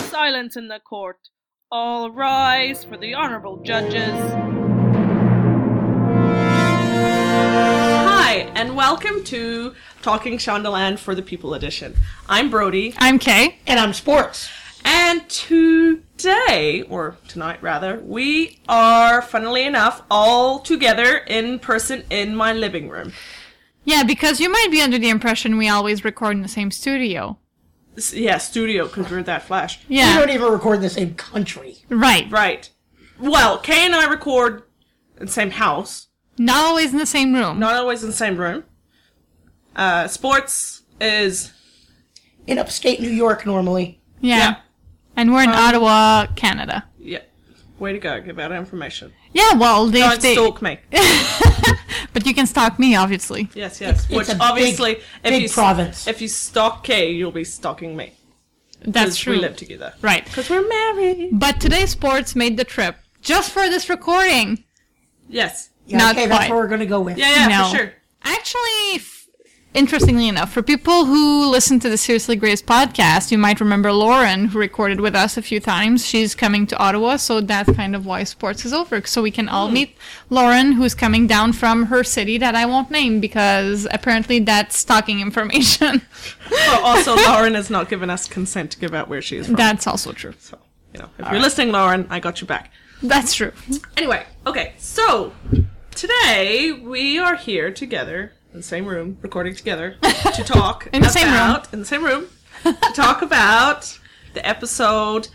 silence in the court. All rise for the honorable judges. Hi, and welcome to Talking Shondaland for the People Edition. I'm Brody, I'm Kay. And I'm sports. and today, or tonight rather, we are, funnily enough, all together in person in my living room. Yeah, because you might be under the impression we always record in the same studio. S- Yeah, studio, because we're that flash. We Yeah, don't even record in the same country. right. Right. Well, Kay and I record in the same house, Not always in the same room. not always in the same room. Uh, sports is, In upstate New York, normally. yeah. yeah. Um, and we're in Ottawa, Canada. yeah. Way to go, give out information. Yeah, well, they, Don't they stalk me. but you can stalk me, obviously. Yes, yes. Which a big- obviously, if big you s- province. if you stalk Kay, you'll be stalking me. That's 'Cause true. We live together. Right. Because we're married. But today's sports made the trip just for this recording. Yes. Yeah, Not okay, quite. that's what we're going to go with. Yeah, yeah, No. for sure. Actually, f- interestingly enough, for people who listen to the Seriously Grace podcast, you might remember Lauren, who recorded with us a few times. She's coming to Ottawa, so that's kind of why sports is over. So we can all meet Lauren, who's coming down from her city that I won't name because apparently that's stalking information. But also, Lauren has not given us consent to give out where she is from. that's also true. so, you know, if you're listening, Lauren, I got you back. That's true. Anyway, okay, so today we are here together in the same room, recording together to talk In the same room. about, in the same room to talk about the episode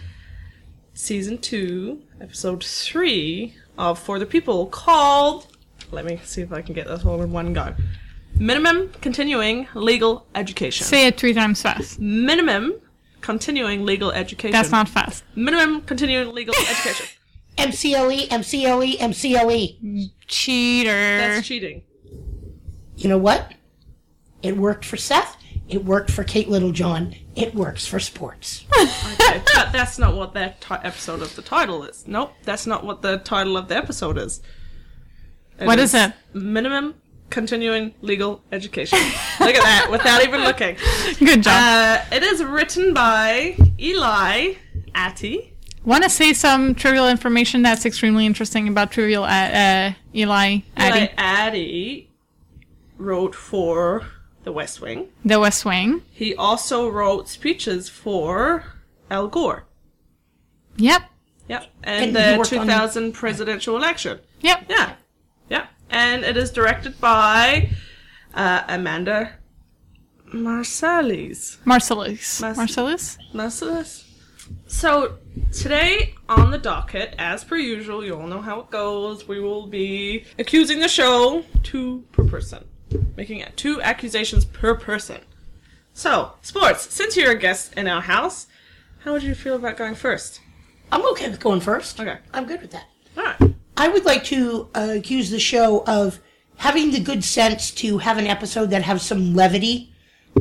season two, episode three of For the People called. Let me see if I can get this all in one go. Minimum continuing legal education. Say it three times fast. Minimum continuing legal education. That's not fast. minimum continuing legal education. MCLE, MCLE, MCLE. Cheater. That's cheating. You know what? It worked for Seth. It worked for Kate Littlejohn. It works for sports. Okay, but that's not what that ti- episode of the title is. Nope, that's not what the title of the episode is. What is What is it? Minimum continuing legal education. Look at that, without even looking. Good job. Uh, it is written by Eli Atty. Want to say some trivial information that's extremely interesting about trivial uh, uh, Eli Addy, Eli Atty wrote for The West Wing. The West Wing. He also wrote speeches for Al Gore. Yep, Yep, and, And he the worked on- 2000 presidential election. yep. Yeah, yeah, and it is directed by uh, Amanda Marsalis. Marcellus. Mas- Marcellus. Marsalis. So today on the docket, as per usual, you all know how it goes. We will be accusing the show two per person, making it two accusations per person. So sports, since you're a guest in our house, how would you feel about going first? I'm okay with going first. Okay. I'm good with that. All right. I would like to uh, accuse the show of having the good sense to have an episode that has some levity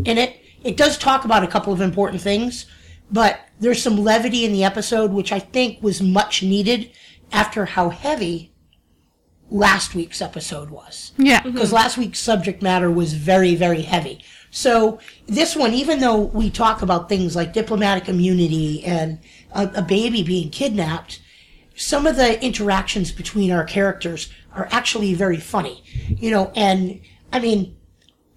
in it. It does talk about a couple of important things, but there's some levity in the episode, which I think was much needed after how heavy last week's episode was Yeah. because last week's subject matter was very, very heavy. So this one, even though we talk about things like diplomatic immunity and a, a baby being kidnapped, some of the interactions between our characters are actually very funny. You know, and I mean,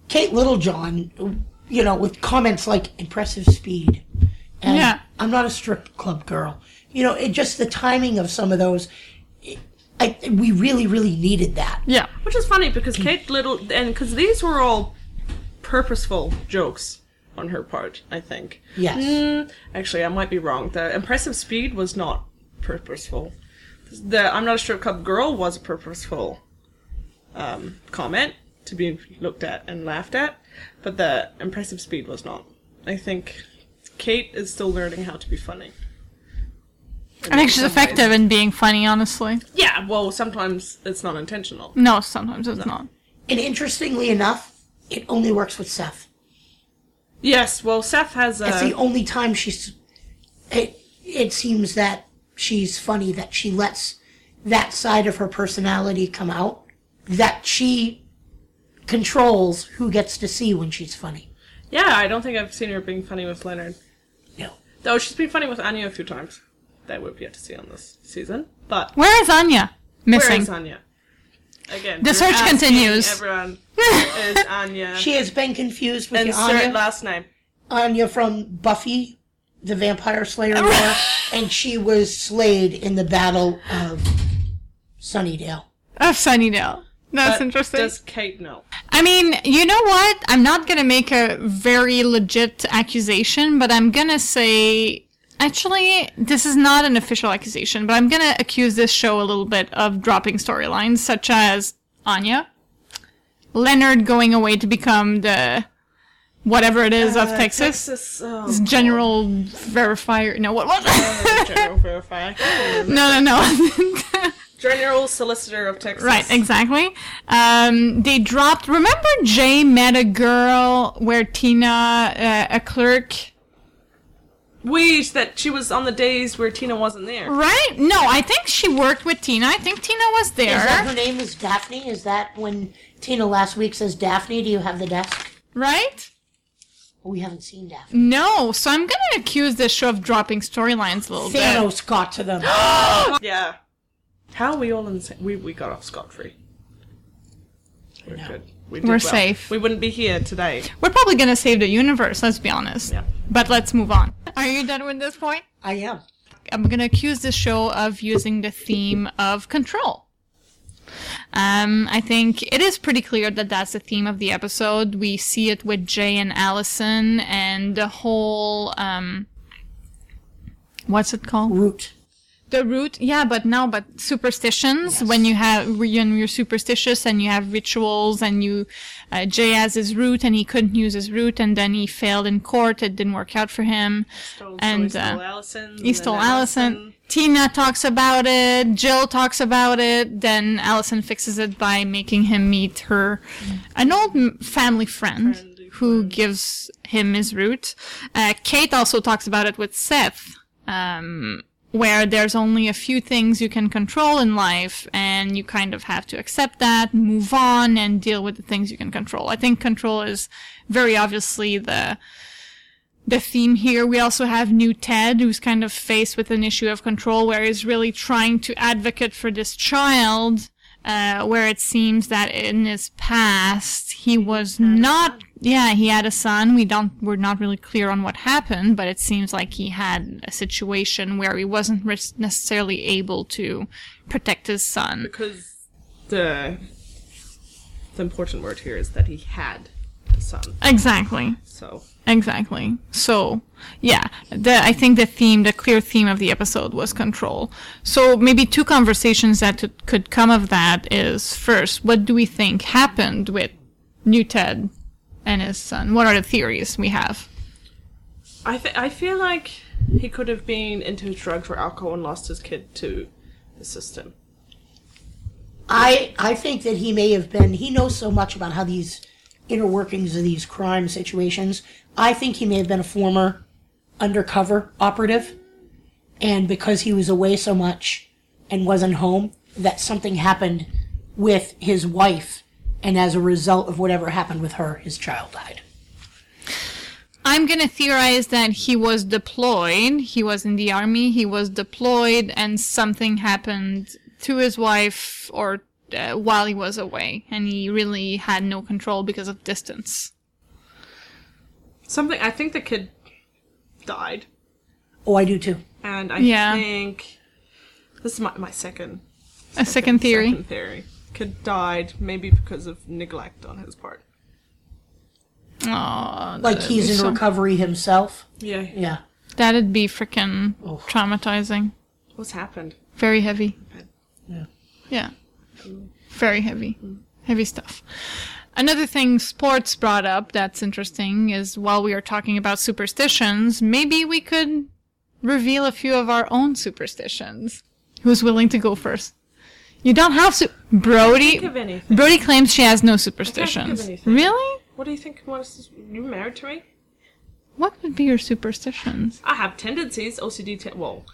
Kate Littlejohn, you know, with comments like impressive speed. And Yeah. I'm not a strip club girl. You know, it just the timing of some of those. it- I, we really, really needed that. Yeah. Which is funny because Kate Little and because these were all purposeful jokes on her part, I think. Yes. Mm, actually, I might be wrong. The impressive speed was not purposeful. The I'm not a strip club girl was a purposeful um, comment to be looked at and laughed at, but the impressive speed was not. I think Kate is still learning how to be funny. I think she's effective in being funny, honestly. Yeah, well, sometimes it's not intentional. No, sometimes it's not. And interestingly enough, it only works with Seth. Yes, well, Seth has uh, a. That's the only time she's. It, it seems that she's funny that she lets that side of her personality come out, that she controls who gets to see when she's funny. Yeah, I don't think I've seen her being funny with Leonard. No. Though she's been funny with Anya a few times that we've yet to see on this season. But Where is Anya? Missing. where is Anya? Again, The we're search asking continues. Everyone, where is Anya? She has been confused with Insert Anya, last name. Anya from Buffy, the Vampire Slayer, lore, and she was slayed in the Battle of Sunnydale. Of Oh, Sunnydale. That's But interesting. Does Kate know? I mean, you know what? I'm not gonna make a very legit accusation, but I'm gonna say actually this is not an official accusation, but I'm gonna accuse this show a little bit of dropping storylines such as Anya, Leonard going away to become the whatever it is of Uh, Texas. Texas oh, General verifier. No, what was General verifier. No, no, no. General solicitor of Texas. Right, exactly. Um, they dropped. Remember, Jay met a girl where Tina, uh, a clerk. Wait, that she was on the days where Tina wasn't there. Right? No, I think she worked with Tina. I think Tina was Is that her there. name is Daphne? Is that when Tina last week says Daphne? Do you have the desk? Oh, Right? We haven't seen Daphne. No. So I'm gonna accuse this show of dropping storylines a little bit. Thanos got to them. Yeah. How are we all in the same? We, we got off scot free. We're good. We did We're well. safe. We wouldn't be here today. We're probably gonna save the universe. Let's be honest. Yeah. But let's move on. Are you done with this point? I am. I'm gonna accuse this show of using the theme of control. Um, I think it is pretty clear that that's the theme of the episode. We see it with Jay and Allison and the whole um, what's it called? Root. The root, yeah, but now, but superstitions. When you have when you're superstitious and you have rituals and you, uh, Jay has his root and he couldn't use his root and then he failed in court. It didn't work out for him. Stole, And, so we uh, stole Allison. and He then stole Allison. Tina talks about it. Jill talks about it. Then Allison fixes it by making him meet her, an old m- family friend who gives him his route. Uh, Kate also talks about it with Seth, um, where there's only a few things you can control in life, and you kind of have to accept that, move on, and deal with the things you can control. I think control is very obviously the the theme here. We also have new Ted, who's kind of faced with an issue of control, where he's really trying to advocate for this child, uh, where it seems that in his past he was not. Yeah, he had a son. We don't. We're not really clear on what happened, but it seems like he had a situation where he wasn't res- necessarily able to protect his son. Because the the important word here is that he had a son. Exactly. So Exactly. So, yeah, the, I think the theme, the clear theme of the episode was control. So maybe two conversations that t- could come of that is first, what do we think happened with New Ted and his son? What are the theories we have? I th- I feel like he could have been into drugs or alcohol and lost his kid to the system. I I think that he may have been. He knows so much about how these inner workings of these crime situations. I think he may have been a former undercover operative, and because he was away so much and wasn't home, that something happened with his wife, and as a result of whatever happened with her, his child died. I'm gonna theorize that he was deployed. He was in the army. He was deployed, and something happened to his wife or uh, while he was away, and he really had no control because of distance. Something I think the kid died, Oh, I do too. and I Yeah. think this is my, my second A second theory. second theory. Kid died maybe because of neglect on his part. Aw, Like he's in so- recovery himself. Yeah. Yeah. that'd be freaking Oh. traumatizing. What's happened? Very heavy. Yeah. Yeah. Very heavy. Heavy stuff. Another thing sports brought up that's interesting is while we are talking about superstitions, maybe we could reveal a few of our own superstitions. Who's willing to go first? You don't have to. Think Brody. of anything. Brody claims she has no superstitions. anything. Really? What do you think? What is you married to me? What would be your superstitions? I have tendencies, OCD. Te- well,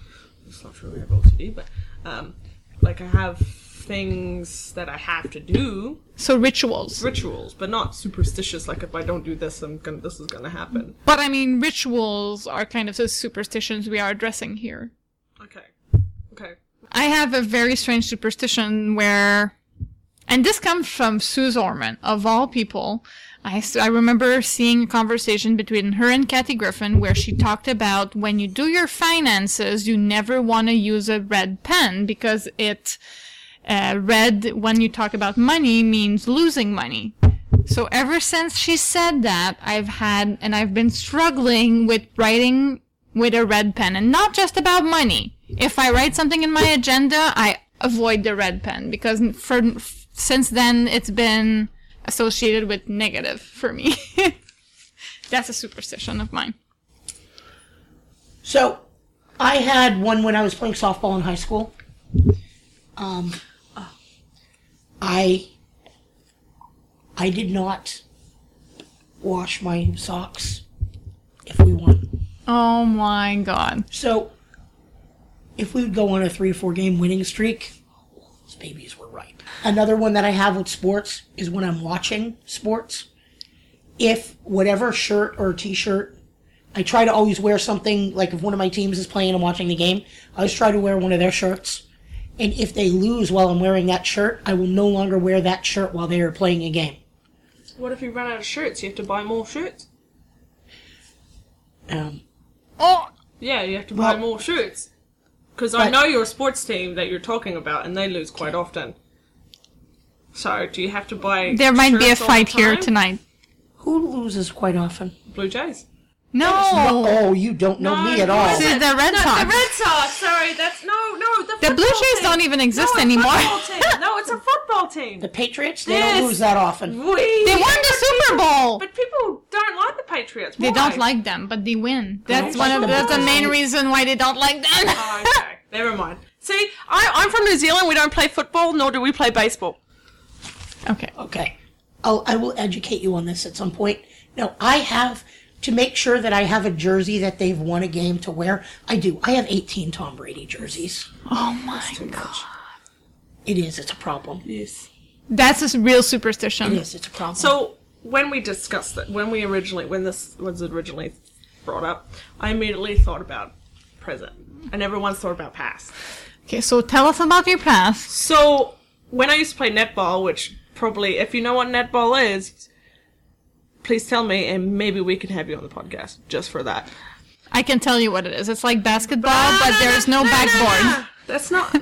it's not true I have OCD, but um, like I have things that I have to do, So rituals. rituals, but not superstitious. Like if I don't do this, I'm gonna this is gonna happen. But I mean, rituals are kind of the superstitions we are addressing here. Okay, okay. I have a very strange superstition where, and this comes from Sue Zorman, of all people. I, s- I remember seeing a conversation between her and Kathy Griffin where she talked about when you do your finances, you never want to use a red pen because it, uh, red when you talk about money means losing money. So ever since she said that, I've had, and I've been struggling with writing with a red pen and not just about money. If I write something in my agenda, I avoid the red pen because for, since then it's been associated with negative for me. That's a superstition of mine. So I had one when I was playing softball in high school. Um, I I did not wash my socks if we won. Oh my god. So if we would go on a three or four game winning streak, those babies were ripe. Another one that I have with sports is when I'm watching sports. If whatever shirt or t-shirt I try to always wear something like if one of my teams is playing and watching the game, I always try to wear one of their shirts. And if they lose while I'm wearing that shirt, I will no longer wear that shirt while they are playing a game. What if you run out of shirts? You have to buy more shirts. Um, Oh, Yeah, you have to buy Well- more shirts. Because I But- know your sports team that you're talking about, and they lose quite often. So, do you have to buy? there might be a shirts all the fight here time? tonight. who loses quite often? Blue Jays. No. Oh, you don't know me at all. This is the Red No, Sox. the Red Sox. Sorry, that's no, no. The, The Blue football Jays team. don't even exist no, a anymore. football team. No, it's a football team. The Patriots, they Yes. don't lose that often. We. They won the Super Bowl. But people don't like the Patriots. They Why? don't like them, but they win. That's one of like that's the them. main reason why they don't like them. Oh, okay, never mind. See, I, I'm from New Zealand. We don't play football, nor do we play baseball. okay. Okay. I'll, I will educate you on this at some point. No, I have to make sure that I have a jersey that they've won a game to wear. I do. I have 18 Tom Brady jerseys. Oh my god. It is. It's a problem. Yes. That's a s- real superstition. It is. It's a problem. So when we discussed it, when we originally, when this was originally brought up, I immediately thought about present, and everyone's thought about past. Okay, so tell us about your past. So when I used to play netball, which probably, if you know what netball is, please tell me, and maybe we can have you on the podcast just for that. I can tell you what it is. It's like basketball, but there's no backboard. That's not.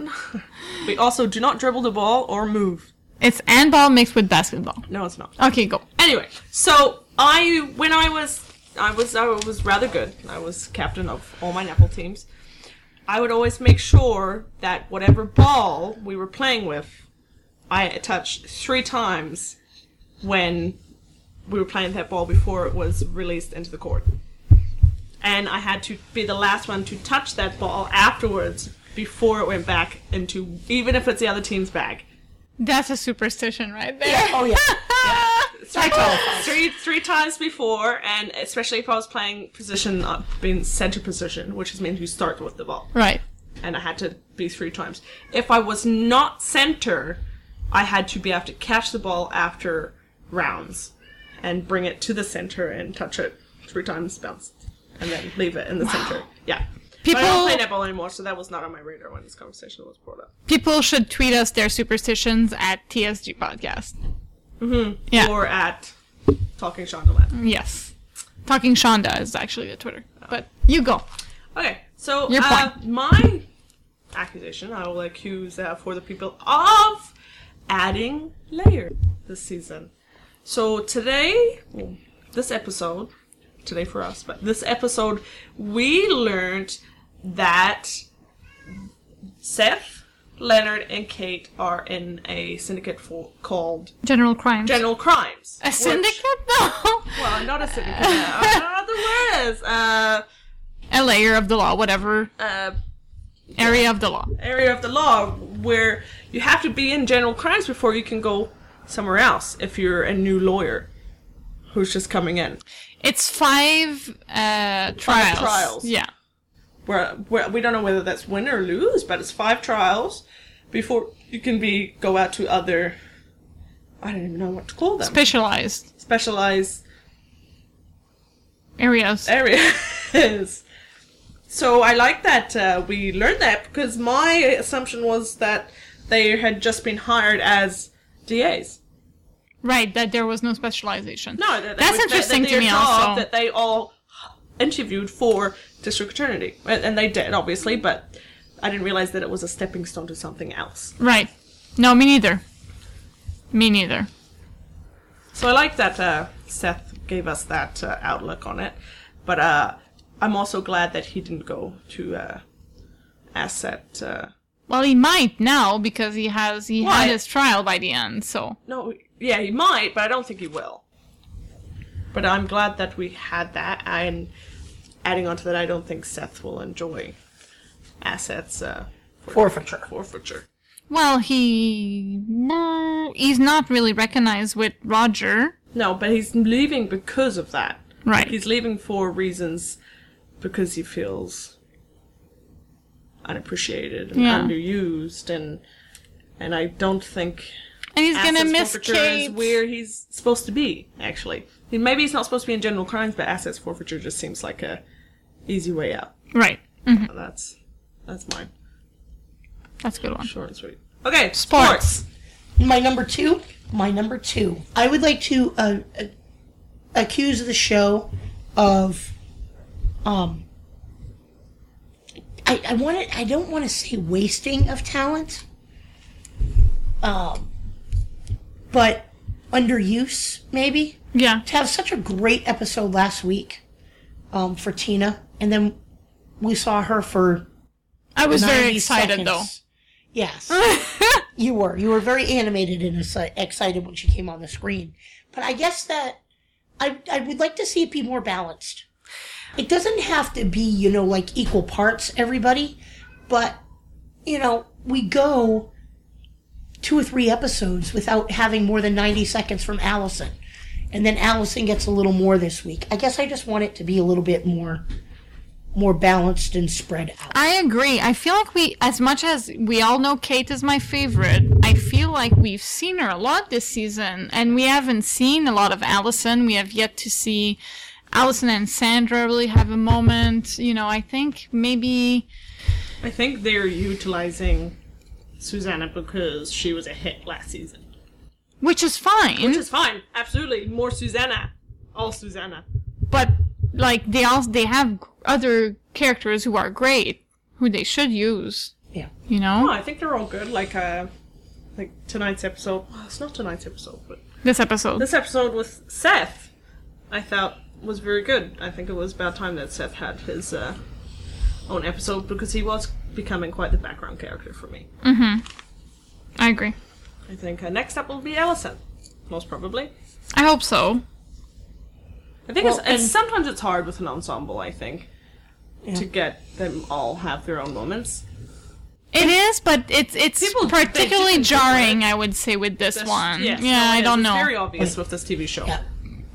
we also do not dribble the ball or move. It's handball mixed with basketball. No, it's not. Okay, go. Anyway, so I when I was I was I was rather good. I was captain of all my netball teams. I would always make sure that whatever ball we were playing with, I touched three times when we were playing that ball before it was released into the court. And I had to be the last one to touch that ball afterwards before it went back into even if it's the other team's bag. That's a superstition right there. oh, yeah. three, three three times before, and especially if I was playing position up in center position, which is meant you start with the ball, Right. and I had to be three times. If I was not center, I had to be able to catch the ball after rounds, and bring it to the center and touch it three times, bounce, and then leave it in the center. Yeah. But I don't play People netball anymore, so that was not on my radar when this conversation was brought up. people should tweet us their superstitions at TSG podcast. Yeah. Or at Talking Shondaland. Yes. Talking Shonda is actually the Twitter. But you go. Okay, so Your uh, point. my accusation, I will accuse uh, for the people of adding layer this season. So today, well, this episode, today for us, but this episode, we learned that Seth, Leonard, and Kate are in a syndicate for, called General crimes. General Crimes. a which- syndicate though. well, not a syndicate. uh, I don't know what the word is. Uh, a layer of the law, whatever uh, area of the law. area of the law where you have to be in general crimes before you can go somewhere else if you're a new lawyer who's just coming in. It's five uh, trials. trials. Yeah. We're, we're, we don't know whether that's win or lose, but it's five trials before you can be go out to other. I don't even know what to call them. Specialized specialized Eh? areas. areas. so I like that uh, we learned that because my assumption was that they had just been hired as DAs. Right, that there was no specialization. No, that they were- That's that- interesting that to their me job also. That they all interviewed for district attorney, and, and they did obviously, but I didn't realize that it was a stepping stone to something else. Right. No, me neither. Me neither. So I like that uh, Seth gave us that uh, outlook on it, but uh, I'm also glad that he didn't go to uh, asset. Uh, Well, he might now because he has he Right. had his trial by the end. So No, yeah, he might, but I don't think he will. But I'm glad that we had that, and adding on to that, I don't think Seth will enjoy assets uh, Forfeiture. forfeiture. well, he no, he's not really recognized with Roger. No, but he's leaving because of that. Right. He's leaving for reasons because he feels unappreciated and Yeah. underused, and and I don't think and he's gonna assets miss forfeiture Kate. is where he's supposed to be. Actually, maybe he's not supposed to be in general crimes, but assets forfeiture just seems like a easy way out. Right. Mm, That's that's mine. that's a good one. Short and sweet. Okay, Sports. My number two. My number two. I would like to uh, uh, accuse the show of, um. I I want to. I don't want to say wasting of talent. Um, but underuse maybe Yeah. to have such a great episode last week, um, for Tina, and then we saw her for I was very 90 excited seconds. Yes. though. You were. You were very animated and exci- excited when she came on the screen. But I guess that I, I would like to see it be more balanced. It doesn't have to be, you know, like equal parts, everybody. But, you know, we go two or three episodes without having more than 90 seconds from Allison. And then Allison gets a little more this week. I guess I just want it to be a little bit more more balanced and spread out. I agree. I feel like we, as much as we all know Kate is my favorite, I feel like we've seen her a lot this season, and we haven't seen a lot of Allison. We have yet to see Allison and Sandra really have a moment. You know, I think maybe I think they're utilizing Susanna because she was a hit last season, which is fine, which is fine. Absolutely, more Susanna, all Susanna. but like they also they have other characters who are great, who they should use. Yeah. You know, No, Oh, I think they're all good. Like uh, like tonight's episode. Well, it's not tonight's episode, but this episode. this episode with Seth, I thought was very good. I think it was about time that Seth had his uh, own episode because he was becoming quite the background character for me. I agree. I think uh, next up will be Allison, most probably. I hope so. I think Well, it's, it's and- sometimes it's hard with an ensemble. I think to get them all have their own moments. It is, but it's it's People- they particularly do think about jarring, I would say, with this That's- one. yes, yeah, no, it I is. don't It's know. Very obvious with this TV show. Yeah.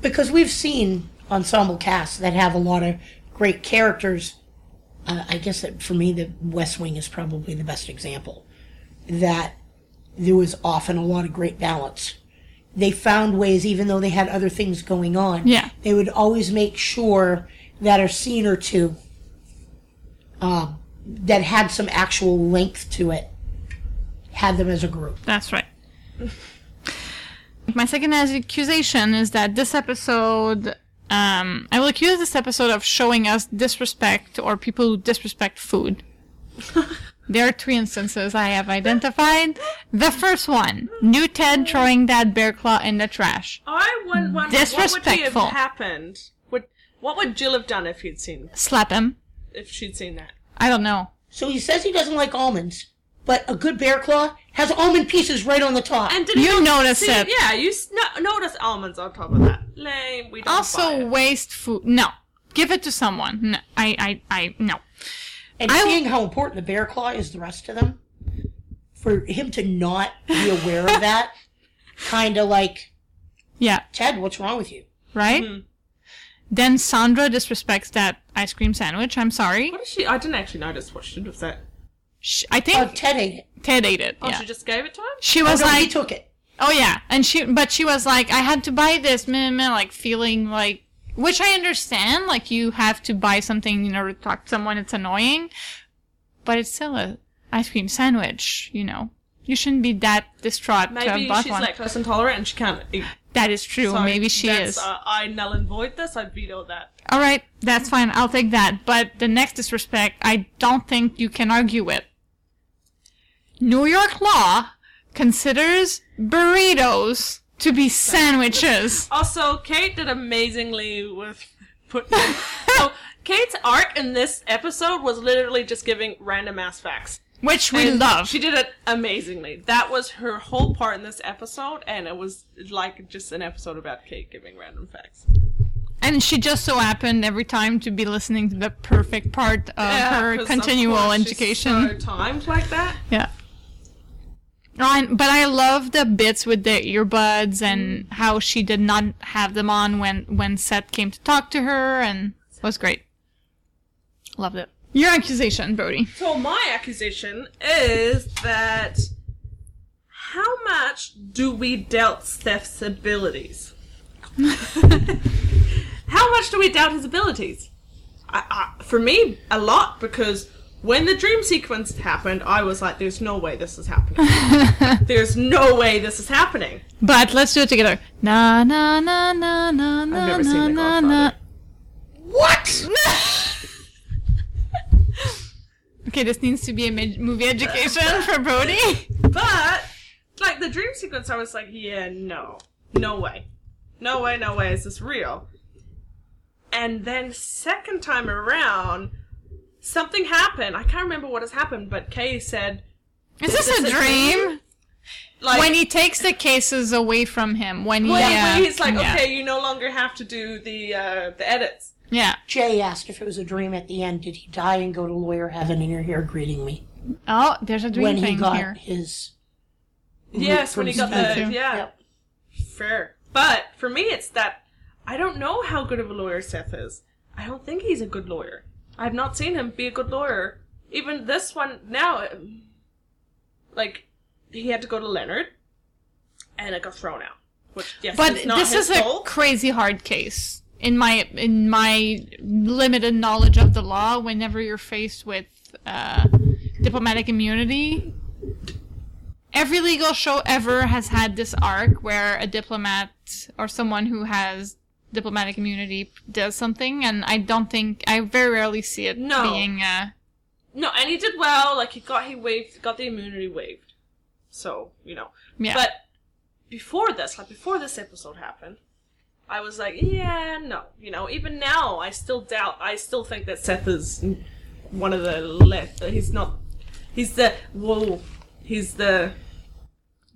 Because we've seen ensemble casts that have a lot of great characters. Uh, I guess that for me, the West Wing is probably the best example. That there was often a lot of great balance. They found ways, even though they had other things going on. Yeah. They would always make sure that a scene or two um, that had some actual length to it had them as a group. That's right. My second accusation is that this episode, um, I will accuse this episode of showing us disrespect or people who disrespect food. there are three instances I have identified. The first one, new Ted throwing that bear claw in the trash. I would wonder what would he have Disrespectful. happened. Would what would Jill have done if he'd seen Slap him. if she'd seen that? I don't know. So he says he doesn't like almonds, but a good bear claw has almond pieces right on the top. And did You notice see, it. Yeah, you s- no, notice almonds on top of that. Lame. We don't buy also it. waste food. No, give it to someone. No, I, I, I, no. And I- seeing how important the bear claw is to the rest of them, for him to not be aware of that, kind of like, Yeah, Ted, what's wrong with you? right. Mm-hmm. Then Sandra disrespects that ice cream sandwich. I'm sorry. What is she? I didn't actually notice what she did with that. Sh I Oh, think Ted ate it. Ted ate it. Oh, yeah. she just Oh, gave it to him? She was no, he like, took it. oh yeah, and she, but she was like, I had to buy this, meh, meh, like feeling like, which I understand, like you have to buy something in order to talk to someone. It's annoying, but it's still a ice cream sandwich, you know. You shouldn't be that distraught to have Maybe bought she's one. lactose intolerant and she can't eat. that is true. Sorry, Maybe she that's, is. Uh, I null and void this. I veto that. All right, that's fine. I'll take that. But the next disrespect, I don't think you can argue with. New York law considers burritos to be sandwiches. Also, Kate did amazingly with putting. so Kate's art in this episode was literally just giving random ass facts. Which we And love. She did it amazingly. That was her whole part in this episode, and it was like just an episode about Kate giving random facts. and she just so happened every time to be listening to the perfect part of her 'cause of continual course she's education. so timed like that. Yeah. Oh, And, but I love the bits with the earbuds and how she did not have them on when when Seth came to talk to her, and it was great. Loved it. Your accusation, Brody. So my accusation is that how much do we doubt Steph's abilities? how much do we doubt his abilities? I, I, for me, a lot because when the dream sequence happened, I was like, "There's no way this is happening. There's no way this is happening." But let's do it together. Na na na na na na never na seen The na na. What? Okay, this needs to be a mid- movie education for Brody. But like the dream sequence, I was like, yeah, no, no way, no way, no way, is this real? And then second time around, something happened. I can't remember what has happened, but Kay said Is this this a a dream? like When he takes the cases away from him, when he when- uh, when he's like, yeah. okay, you no longer have to do the uh, the edits. yeah. Jay asked if it was a dream at the end. Did he die and go to lawyer heaven and you're here greeting me? Oh, there's a dream when thing he got here. his. Yes, when he got Me the too. yeah, Yep. fair. But for me, it's that I don't know how good of a lawyer Seth is. I don't think he's a good lawyer. I've not seen him be a good lawyer. Even this one now, um, like he had to go to Leonard, and it got thrown out. Which yes, But it's not this his is a fault. crazy hard case. In my in my limited knowledge of the law, whenever you're faced with uh, diplomatic immunity, every legal show ever has had this arc where a diplomat or someone who has diplomatic immunity does something, and I don't think I very rarely see it No. being. Uh, no, and he did well. Like he got he waived got the immunity waived. So you know, yeah, But before this, like before this episode happened, I was like, yeah, no, you know. Even now, I still doubt. I still think that Seth is one of the left. He's not. He's the whoa. He's the.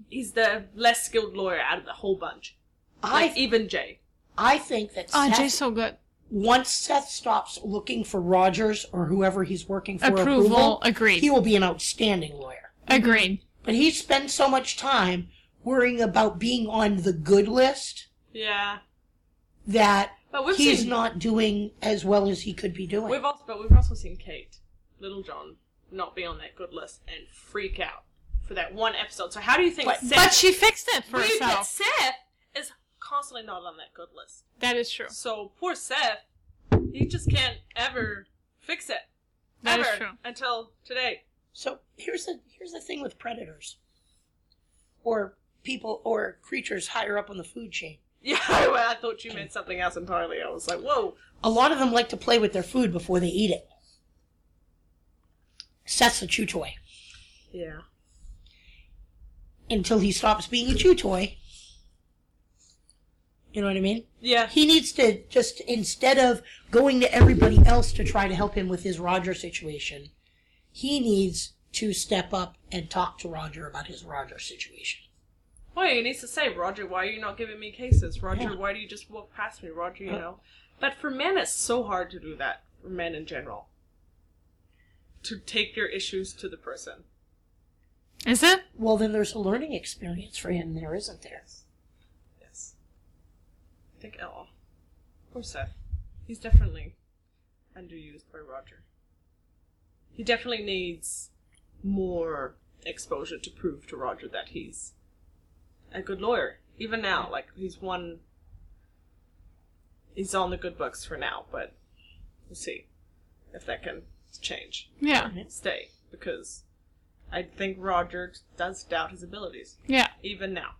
He's the less skilled lawyer out of the whole bunch. Like I even Jay. I think that oh, Seth- Jay's so good. once Seth stops looking for Rogers or whoever he's working for Approval, approval, agreed. he will be an outstanding lawyer. Agreed. But he spends so much time worrying about being on the good list Yeah. that But we've he's seen- not doing as well as he could be doing. We've also, but we've also seen Kate, Little John, not be on that good list and freak out for that one episode. So how do you think But- Seth? But she fixed it for But herself. Seth is constantly not on that good list. That is true. So poor Seth, he just can't ever fix it. That is ever, true. Until today. so here's the here's the thing with predators, or people or creatures higher up on the food chain. Yeah, well, I thought you meant something else entirely. I was like, whoa. A lot of them like to play with their food before they eat it. Seth's a chew toy. Yeah. until he stops being a chew toy. You know what I mean? Yeah. He needs to just instead of going to everybody else to try to help him with his Roger situation, he needs to step up and talk to Roger about his Roger situation. Well, he needs to say, Roger, why are you not giving me cases? Roger, Yeah. why do you just walk past me? Roger, you Yeah. know. But for men, it's so hard to do that. For men in general. To take your issues to the person. Is it? Well, then there's a learning experience for him there, isn't there? Yes. I think oh, Poor Seth. uh, He's definitely underused by Roger. He definitely needs more exposure to prove to Roger that he's a good lawyer. Even now, like he's one, he's on the good books for now, but we'll see if that can change, Yeah. stay, because I think Roger does doubt his abilities. Yeah. Even now,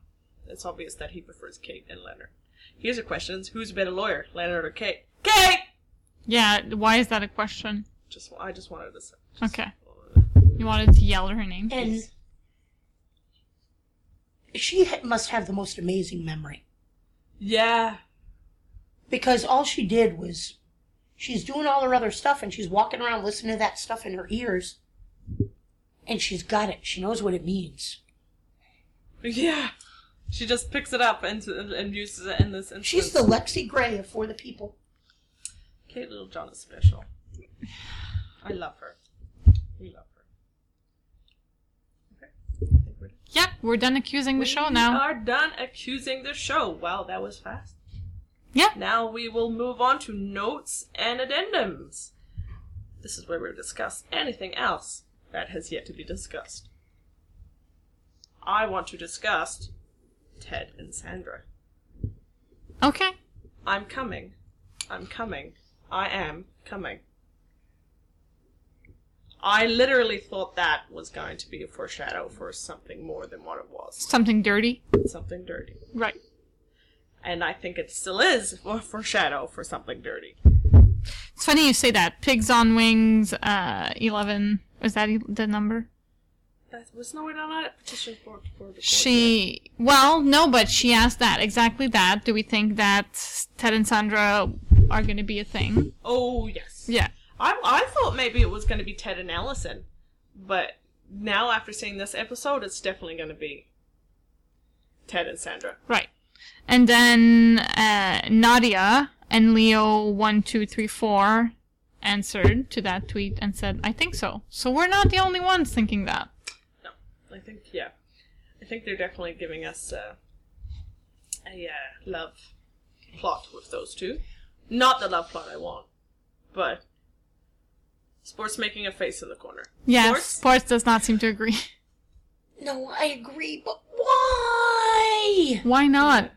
it's obvious that he prefers Kate and Leonard. Here's your questions: Who's a better lawyer, Leonard or Kate? Kate. Yeah. Why is that a question? Just I just wanted to. Say, Okay. You wanted to yell her name. And she ha- must have the most amazing memory Yeah. because all she did was she's doing all her other stuff and she's walking around listening to that stuff in her ears and she's got it. She knows what it means. Yeah. She just picks it up and, and uses it in this instance. She's the Lexi Gray for the people. Kate Littlejohn is special. I love her. We love her. Yep. We're done accusing the show we now. are done accusing the show. Wow, that was fast. Yeah. Now we will move on to notes and addendums. This is where we discuss anything else that has yet to be discussed. I want to discuss Ted and Sandra. Okay. I'm coming. I'm coming. I am coming. I literally thought that was going to be a foreshadow for something more than what it was. Something dirty. Something dirty. Right. And I think it still is a foreshadow for something dirty. It's funny you say that. Pigs on wings. Uh, eleven. Is that e- the number? That was nowhere on that petition for, for the She. Well, no, but she asked that exactly that. Do we think that Ted and Sandra are going to be a thing? Oh yes. Yeah. I I thought maybe it was going to be Ted and Allison, but now after seeing this episode, it's definitely going to be Ted and Sandra. Right. And then uh, Nadia and Leo1234 answered to that tweet and said, I think so. So we're not the only ones thinking that. No, I think yeah, I think they're definitely giving us uh, a uh, love plot with those two. Not the love plot I want, but sports making a face in the corner. Yes, Sports? sports, does not seem to agree. No, I agree, but why? Why not?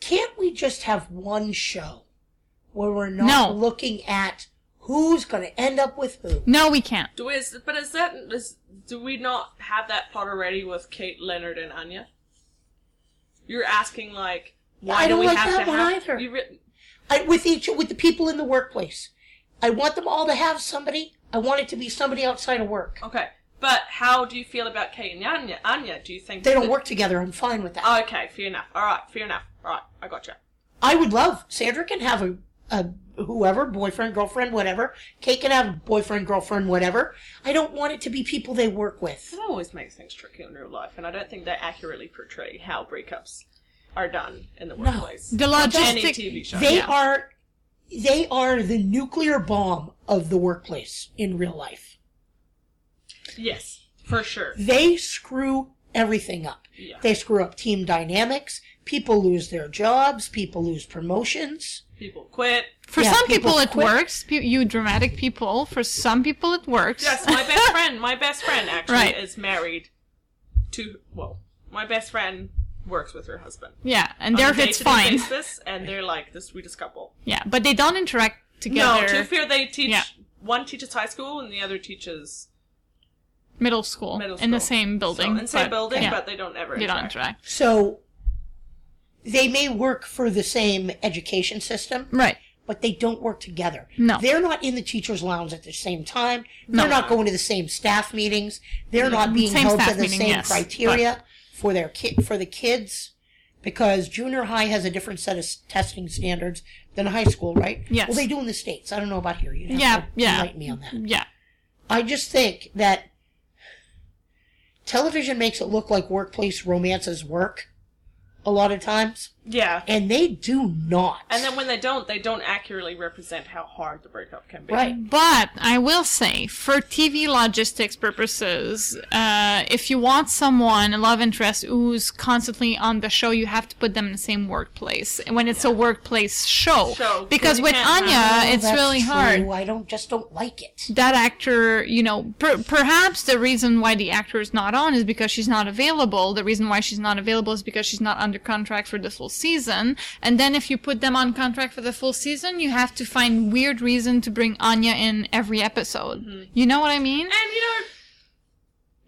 Can't we just have one show where we're not No. looking at who's going to end up with who? No, we can't. Do we, is, but is that is, do we not have that plot already with Kate Leonard and Anya? You're asking like why I do don't we like have that to one have either. You re- I, with each with the people in the workplace. I want them all to have somebody. I want it to be somebody outside of work. okay, but how do you feel about Kate and Anya? Anya, do you think They that- don't work together. I'm fine with that. Okay, fair enough. All right, fair enough. All right, I got you. I would love Sandra can have a, a whoever boyfriend girlfriend whatever. Kate can have a boyfriend girlfriend whatever. I don't want it to be people they work with. It always makes things tricky in real life, and I don't think they accurately portray how breakups are done in the workplace. The Any logistic. TV show. They Yeah. are they are the nuclear bomb of the workplace in real life. yes, for sure. They screw everything up. Yeah. They screw up team dynamics. People lose their jobs. People lose promotions. People quit. For Yeah, some people people, it quit. works. Pe- You dramatic people. For some people, it works. Yes, my best friend, my best friend actually Right. is married to, well, my best friend works with her husband. yeah, and On a there it's day-to-day fine. Basis, and they're like the sweetest couple. Yeah, but they don't interact together. No, to fear they teach, Yeah. one teaches high school and the other teaches middle, school, middle school. in the same So, building. in the same but- building, yeah, but they don't ever they don't interact. interact. So they may work for the same education system, Right. but they don't work together. No. They're not in the teacher's lounge at the same time. No. They're not going to the same staff meetings. They're not being Same held to staff the meeting, same yes, criteria for their kid for the kids because junior high has a different set of s- testing standards than high school, right? Yes. Well, they do in the states. I don't know about here. You have Yeah, to yeah. enlighten me on that. Yeah. I just think that television makes it look like workplace romances work a lot of times. Yeah. and they do not. And then when they don't, they don't accurately represent how hard the breakup can be. right, But I will say, for TV logistics purposes, uh, if you want someone, a love interest, who's constantly on the show, you have to put them in the same workplace. And when it's a workplace show, Show, because you with can't Anya, have- Uh, it's That's really true. hard. I don't just don't like it. that actor, you know, per- perhaps the reason why the actor is not on is because she's not available. The reason why she's not available is because she's not under contract for the full season. And then if you put them on contract for the full season, you have to find weird reason to bring Anya in every episode. You know what I mean? And you know,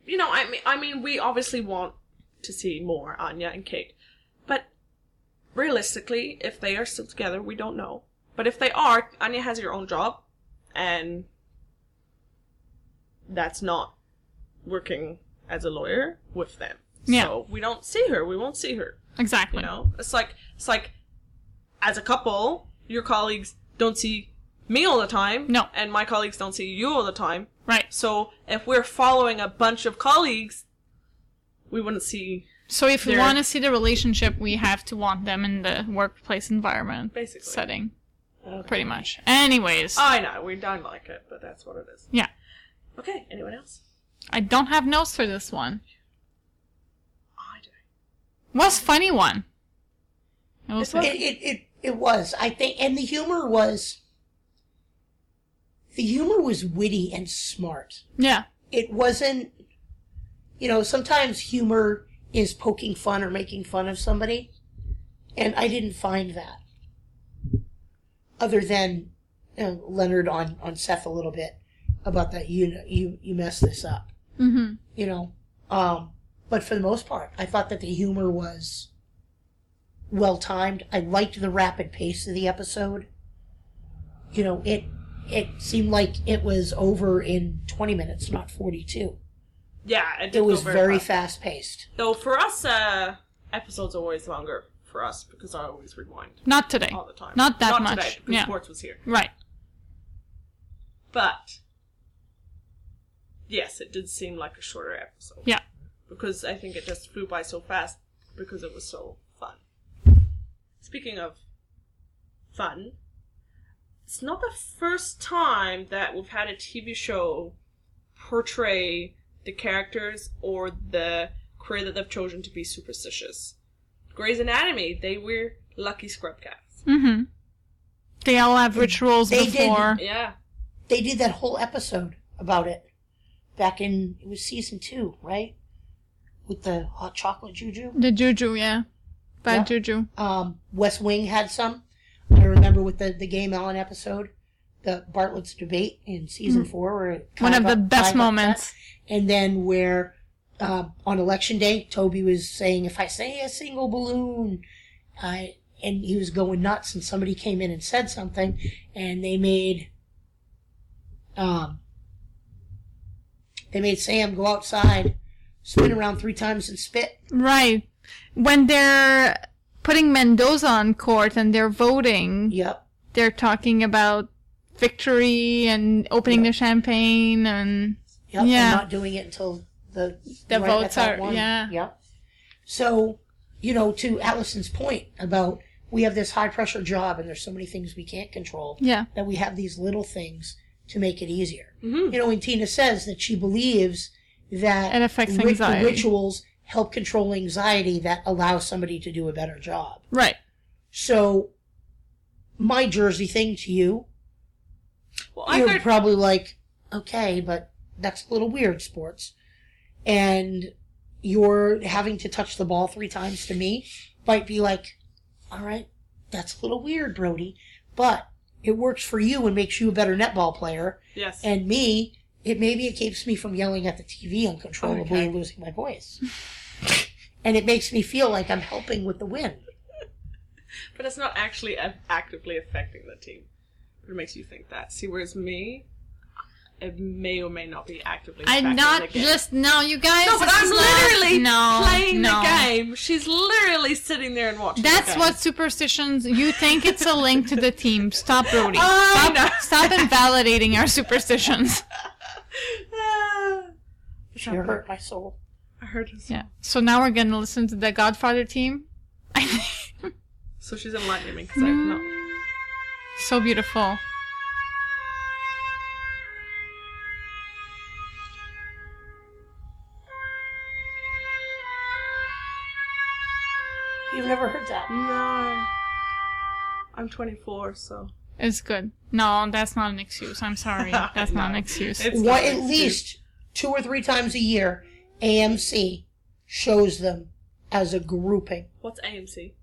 you know, I mean, I mean, we obviously want to see more Anya and Kate, but realistically, if they are still together, we don't know. But if they are, Anya has her own job, and that's not working as a lawyer with them. Yeah. So we don't see her. We won't see her. Exactly. You know, it's like it's like as a couple, your colleagues don't see me all the time. No. and my colleagues don't see you all the time. Right. So if we're following a bunch of colleagues, we wouldn't see So if we They're- want to see the relationship, we have to want them in the workplace environment Basically. Uh, setting. Uh, Pretty much. Anyways, I know we don't like it, but that's what it is. yeah. Okay. Anyone else? I don't have notes for this one. I do. What's funny one? I will say. It, it, it, it was. I think, and the humor was. The humor was witty and smart. Yeah. It wasn't, you know, sometimes humor is poking fun or making fun of somebody, and I didn't find that. Other than you know, Leonard on on Seth a little bit about that you you you messed this up, Mm-hmm. you know, um, but for the most part, I thought that the humor was well timed. I liked the rapid pace of the episode. You know, it it seemed like it was over in 20 minutes, not 42. Yeah, it, did It was go very fast. fast paced. Though for us, uh, episodes are always longer for us because I always rewind Not today. all the time. Not that Not much. Today, because yeah. Sports was here, Right. but yes, it did seem like a shorter episode. Yeah. because I think it just flew by so fast because it was so fun. Speaking of fun, it's not the first time that we've had a TV show portray the characters or the career that they've chosen to be superstitious. Grey's Anatomy, they were lucky scrub cats. Mm-hmm. They all have rituals They did. before. Yeah. They did that whole episode about it back in, it was season two, right? With the hot chocolate juju. The juju, yeah. Bad Yeah. juju. Um, West Wing had some. I remember with the, the Game Allen episode, the Bartlett's debate in season four. Where it Mm. One kind of the got- best kind of got moments. that. And then where uh, on election day, Toby was saying, if I say a single balloon, I, and he was going nuts, and somebody came in and said something, and they made. Um, they made Sam go outside, spin around three times and spit. Right. When they're putting Mendoza on court and they're voting, Yep. they're talking about victory and opening the champagne and Yep, Yeah. and not doing it until the The right votes at that are- one. yeah. Yep. So, you know, to Allison's point about we have this high pressure job and there's so many things we can't control yeah. that we have these little things to make it easier. You know, and Tina says that she believes that Mm-hmm. It affects rit- anxiety. rituals help control anxiety that allows somebody to do a better job. Right. So, my Jersey thing to you, Well, I you're heard probably like, okay, but that's a little weird, sports. And you're having to touch the ball three times to me might be like, all right, that's a little weird, Brody, but it works for you and makes you a better netball player. yes. And me, it maybe it keeps me from yelling at the TV uncontrollably and losing my voice. and it makes me feel like I'm helping with the win. But it's not actually a- actively affecting the team. But it makes you think that. See, whereas me, it may or may not be actively affecting I'm the not game. just no, you guys. No, but this I'm is not- literally no, playing no. the game. She's literally sitting there and watching. the That's game. what superstitions. You think it's a link to the team? Stop, Brody. I Stop, stop invalidating our superstitions. Ah, You hurt my soul. I heard. His... Yeah. So now we're gonna listen to the Godfather team. So she's enlightening me because I have not. So beautiful. You've never heard that. No. I'm 24, so. It's good. No, that's not an excuse. I'm sorry. That's not an No. excuse. It's What not at excuse. least two or three times a year, AMC shows them as a grouping. What's AMC?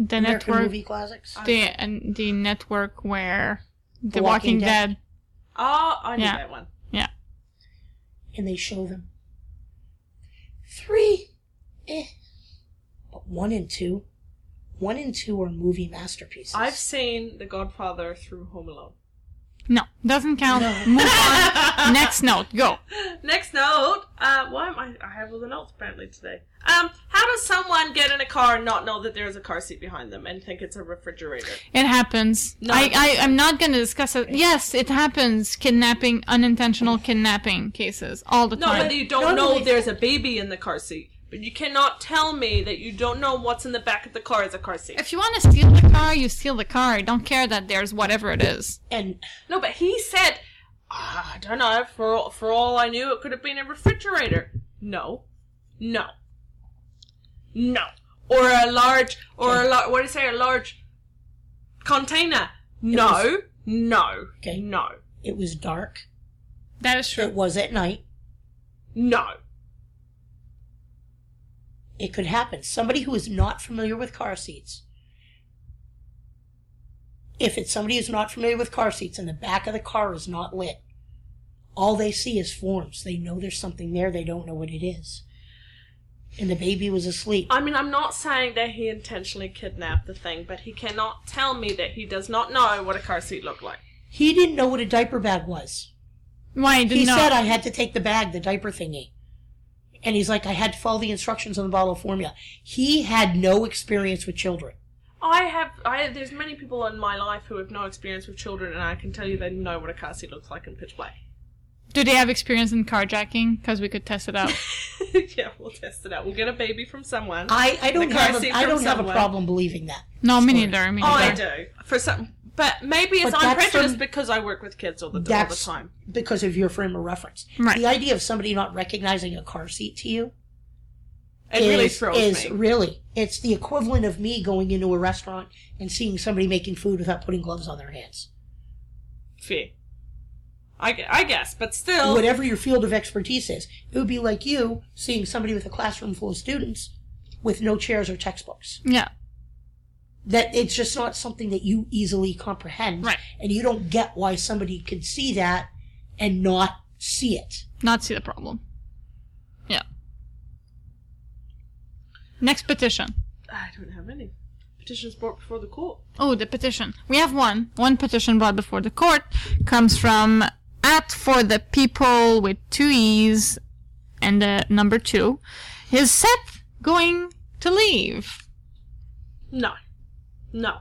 the American network, movie classics. the and the network where The, The Walking, Walking Dead. Dead. Oh, I knew Yeah. that one. and they show them. Three, eh. But one and two, one and two are movie masterpieces. I've seen The Godfather through Home Alone. No, doesn't count. Move on. Next note. Go. Next note. Uh, why am I? I have all the notes apparently today. Um, how does someone get in a car and not know that there's a car seat behind them and think it's a refrigerator? It happens. No. I, I I'm not going to discuss it. Yes, it happens. Kidnapping, unintentional kidnapping cases all the No, time. but you don't Not know only- there's a baby in the car seat. But you cannot tell me that you don't know what's in the back of the car is a car seat. If you want to steal the car, you steal the car. I don't care that there's whatever it is. and No, but he said, "Ah, I don't know. For all, for all I knew, it could have been a refrigerator. No, no, no, or a large, or a lar- what do you say, a large container. No, was- no, Okay. no, it was dark. That is It was at night. no. It could happen. Somebody who is not familiar with car seats. If it's somebody who's not familiar with car seats and the back of the car is not lit, all they see is forms. They know there's something there. They don't know what it is. And the baby was asleep. I mean, I'm not saying that he intentionally kidnapped the thing, but he cannot tell me that he does not know what a car seat looked like. He didn't know what a diaper bag was. Why did He not? said uh, I had to take the bag, the diaper thingy. And he's like, I had to follow the instructions on the bottle of formula. He had no experience with children. I have, I there's many people in my life who have no experience with children, and I can tell you they know what a car seat looks like in pitch black. Do they have experience in carjacking? Because we could test it out. yeah, we'll test it out. We'll get a baby from someone. I, I don't The car have seat a, I from don't have a somewhere. problem believing that. No, me Sorry. neither. Me oh, I neither. do for some, but maybe it's But I'm that's prejudiced from- because I work with kids all the, all the That's time. because of your frame of reference. Right. The idea of somebody not recognizing a car seat to you It really is- throws is me. really it's the equivalent of me going into a restaurant and seeing somebody making food without putting gloves on their hands. Fair. I, gu- I guess, but still, Whatever your field of expertise is, it would be like you seeing somebody with a classroom full of students with no chairs or textbooks. Yeah. that it's just not something that you easily comprehend Right. and you don't get why somebody could see that and not see it Not see the problem. Yeah. Next petition. I don't have any petitions brought before the court. Oh, the petition. We have one. One petition brought before the court comes from at for the people with two e's and the number two. Is Seth going to leave? No, no.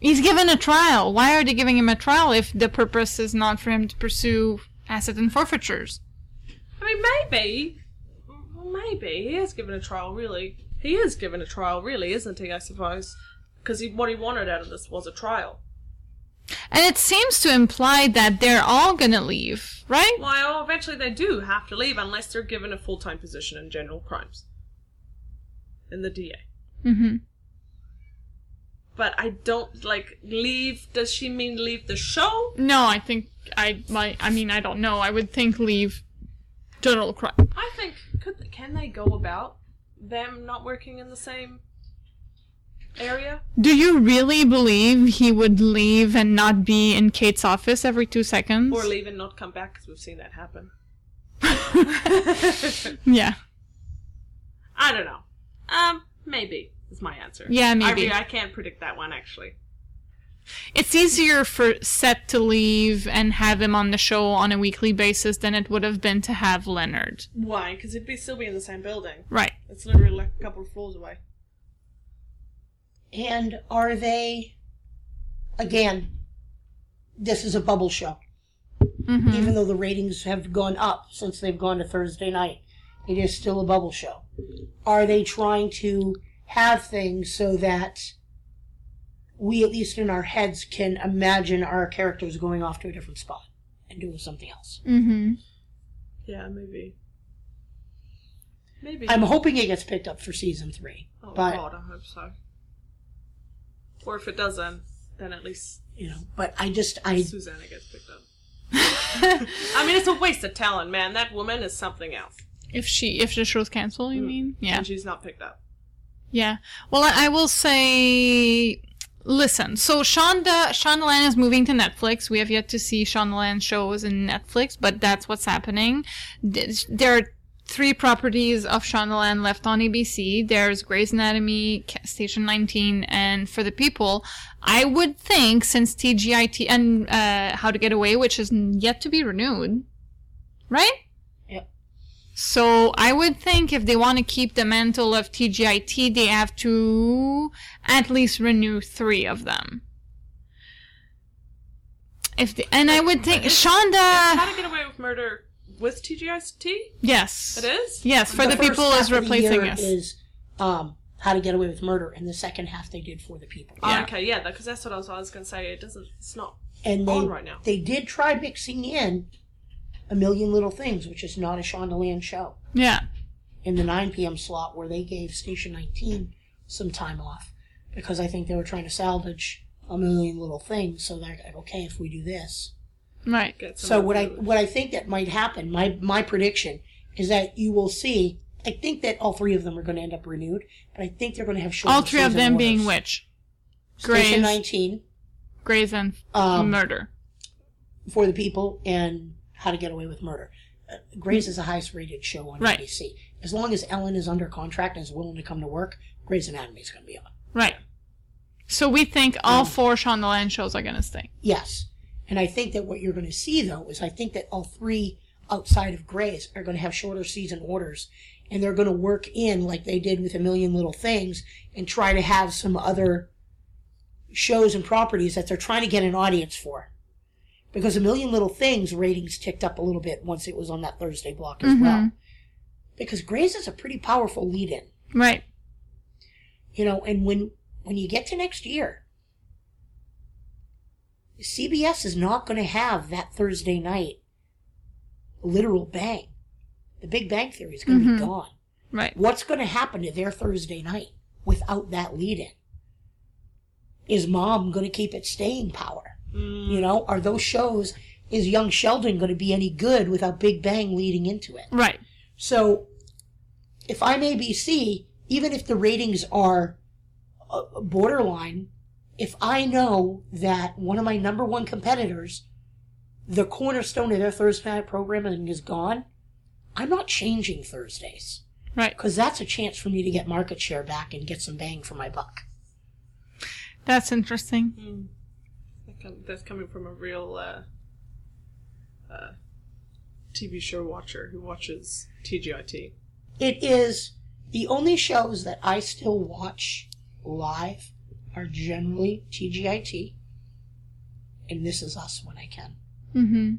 He's given a trial. Why are they giving him a trial if the purpose is not for him to pursue asset and forfeitures? I mean, maybe, well, maybe he is given a trial. Really, he is given a trial. Really, isn't he? I suppose because he, what he wanted out of this was a trial. And it seems to imply that they're all gonna leave, right? Well, eventually they do have to leave unless they're given a full time position in general crimes. In the DA. Mm-hmm. But I don't like leave. Does she mean leave the show? No, I think I. My, I mean, I don't know. I would think leave general crime. I think could can they go about them not working in the same area? Do you really believe he would leave and not be in Kate's office every two seconds? Or leave and not come back because we've seen that happen. Yeah. I don't know. Um, maybe is my answer. Yeah, I, maybe. re- I can't predict that one actually. It's easier for Seth to leave and have him on the show on a weekly basis than it would have been to have Leonard. Why? Because it'd be still be in the same building. Right. It's literally like a couple of floors away. and are they again this is a bubble show Mm-hmm. Mhm. even though the ratings have gone up since they've gone to thursday night it is still a bubble show are they trying to have things so that we at least in our heads can imagine our characters going off to a different spot and doing something else. Mm-hmm. Yeah, maybe. Maybe. I'm hoping it gets picked up for season three, oh but god, I hope so. Or if it doesn't, then at least you know, but I just I Susanna gets picked up. I mean, it's a waste of talent, man. That woman is something else. If she, if the show's canceled, Mm. you mean? Yeah. And she's not picked up. Yeah. Well, I I will say, listen. So Shonda, Shonda Land is moving to Netflix. We have yet to see Shonda Land shows in Netflix, but that's what's happening. Th- There are three properties of Shonda Land left on ABC. There's Grey's Anatomy, Ca- Station 19, and For the People. I would think since TGIT and uh, How to Get Away, which is yet to be renewed, right? Yep. So I would think if they want to keep the mantle of TGIT, they have to at least renew three of them. If they, and I would think How Shonda, to Get Away with Murder with TGIT? It yes, is? yes, for the, first people half is of the replacing year us. Is um, how to get away with murder, and the second half they did for the people. Oh, Yeah. okay, yeah, because that's what I was, I was going to say. It doesn't, it's not. and they on right now. they did try mixing in a million little things, which is not a Shondaland show, yeah, in the 9 p.m. slot where they gave Station 19 some time off because I think they were trying to salvage a million little things. So they're like, okay, if we do this, right. Get so what I somebody to- what I think that might happen, my my prediction is that you will see. I think that all three of them are going to end up renewed, but I think they're going to have shorter All three of season them being orders. which Grays. Station 19 Grey's and Um, murder. for the people and How to Get Away with Murder. Uh, Grey's is the highest rated show on Right. ABC. As long as Ellen is under contract and is willing to come to work, Grey's Anatomy is going to be on. Right. So we think all four Shonda Land shows are gonna stay. Yes. And I think that what you're going to see, though, is I think that all three outside of Grey's are going to have shorter season orders and they're going to work in like they did with A Million Little Things and try to have some other shows and properties that they're trying to get an audience for. Because A Million Little Things ratings ticked up a little bit once it was on that Thursday block as well. Because Grey's is a pretty powerful lead in, Right. you know, and when, when you get to next year, CBS is not going to have that Thursday night literal bang. The Big Bang Theory is going to be gone. Right. What's going to happen to their Thursday night without that lead in? Is mom going to keep its staying power? You know, are those shows, is Young Sheldon going to be any good without Big Bang leading into it? Right. So, if I'm ABC, even if the ratings are uh, borderline, if I know that one of my number one competitors, the cornerstone of their Thursday night programming is gone, I'm not changing Thursdays Right. because that's a chance for me to get market share back and get some bang for my buck. That's interesting. Hmm. That com- That's coming from a real uh, uh, TV show watcher who watches TGIT. It is the only shows that I still watch live are generally TGIT, and This Is Us when I can. Mm-hmm.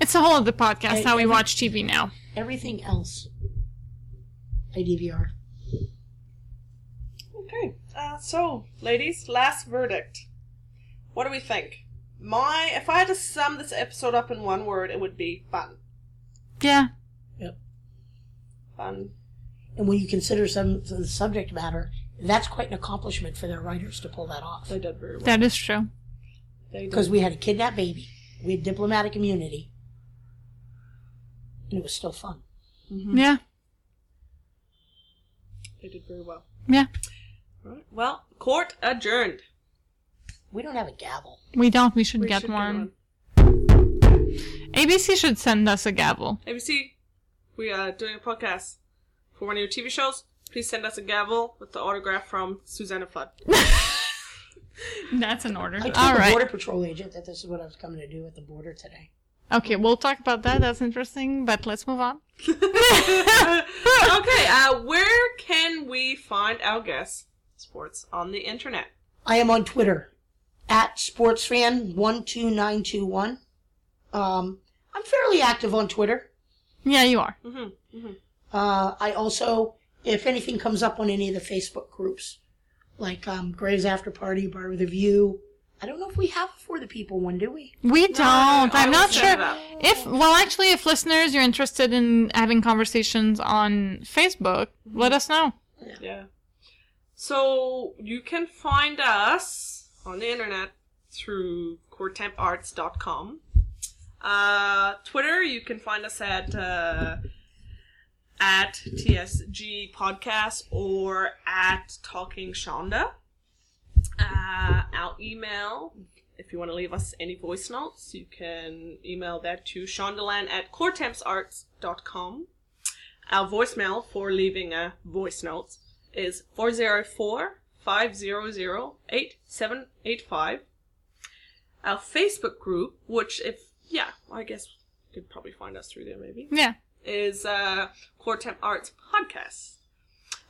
It's a whole other podcast I- how we I- watch TV now. Everything else, E I DVR. Okay, uh, so ladies, last verdict. What do we think? My, if I had to sum this episode up in one word, it would be fun. Yeah. Fun. And when you consider some the subject matter, that's quite an accomplishment for their writers to pull that off. They did very well. That is true. They did. Because we had a kidnapped baby, we had diplomatic immunity, and it was still fun. Yeah. Mm-hmm. They did very well. Yeah. All right. Well, court adjourned. We don't have a gavel. We don't. We should We get should one. ABC should send us a gavel. ABC, we are doing a podcast for one of your TV shows. Please send us a gavel with the autograph from Susanna Flood. That's an order. I told All the right. border patrol agent that this is what I was coming to do at the border today. Okay, we'll talk about that. That's interesting, but let's move on. okay, uh, where can we find our guests sports on the internet? I am on Twitter at sportsfan12921. Um, I'm fairly active on Twitter. Yeah, you are. Mm-hmm. Uh, I also, if anything comes up on any of the Facebook groups, like um, Gray's After Party, Bar with a View. I don't know if we have a for the people one, do we? We don't. I I'm will not set sure it up. if. Well, actually, if listeners you're interested in having conversations on Facebook, let us know. Yeah. So you can find us on the internet through courtemparts.com. Uh, Twitter, you can find us at uh, at TSG Podcast or at Talking Shonda. Uh, our email, if you want to leave us any voice notes, you can email that to shondaland at courtempsarts.com. Our voicemail for leaving a voice note is 404 500 8785. Our Facebook group, which, if, yeah, I guess you could probably find us through there maybe, Yeah. is uh, Core Temp Arts Podcast.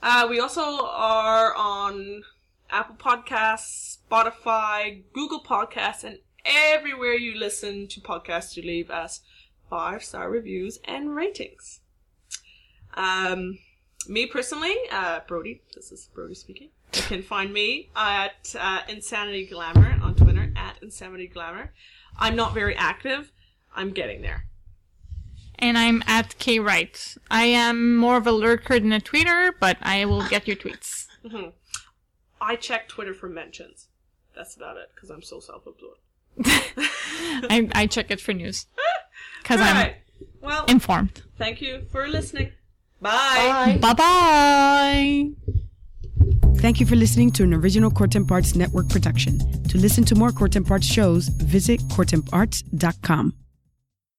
Uh, we also are on Apple Podcasts, Spotify, Google Podcasts, and everywhere you listen to podcasts, you leave us five star reviews and ratings. Um, me personally, uh, Brody, this is Brody speaking. You can find me at uh, Insanity Glamour on Twitter, at Insanity Glamour. I'm not very active, I'm getting there. And I'm at K Wright. I am more of a lurker than a tweeter, but I will get your tweets. I check Twitter for mentions. That's about it, because I'm so self absorbed. I, I check it for news because I'm Well, informed. thank you for listening. Bye bye. Thank you for listening to an original Cortemp Arts Network production. To listen to more Cortemp Arts shows, visit cortemparts.com.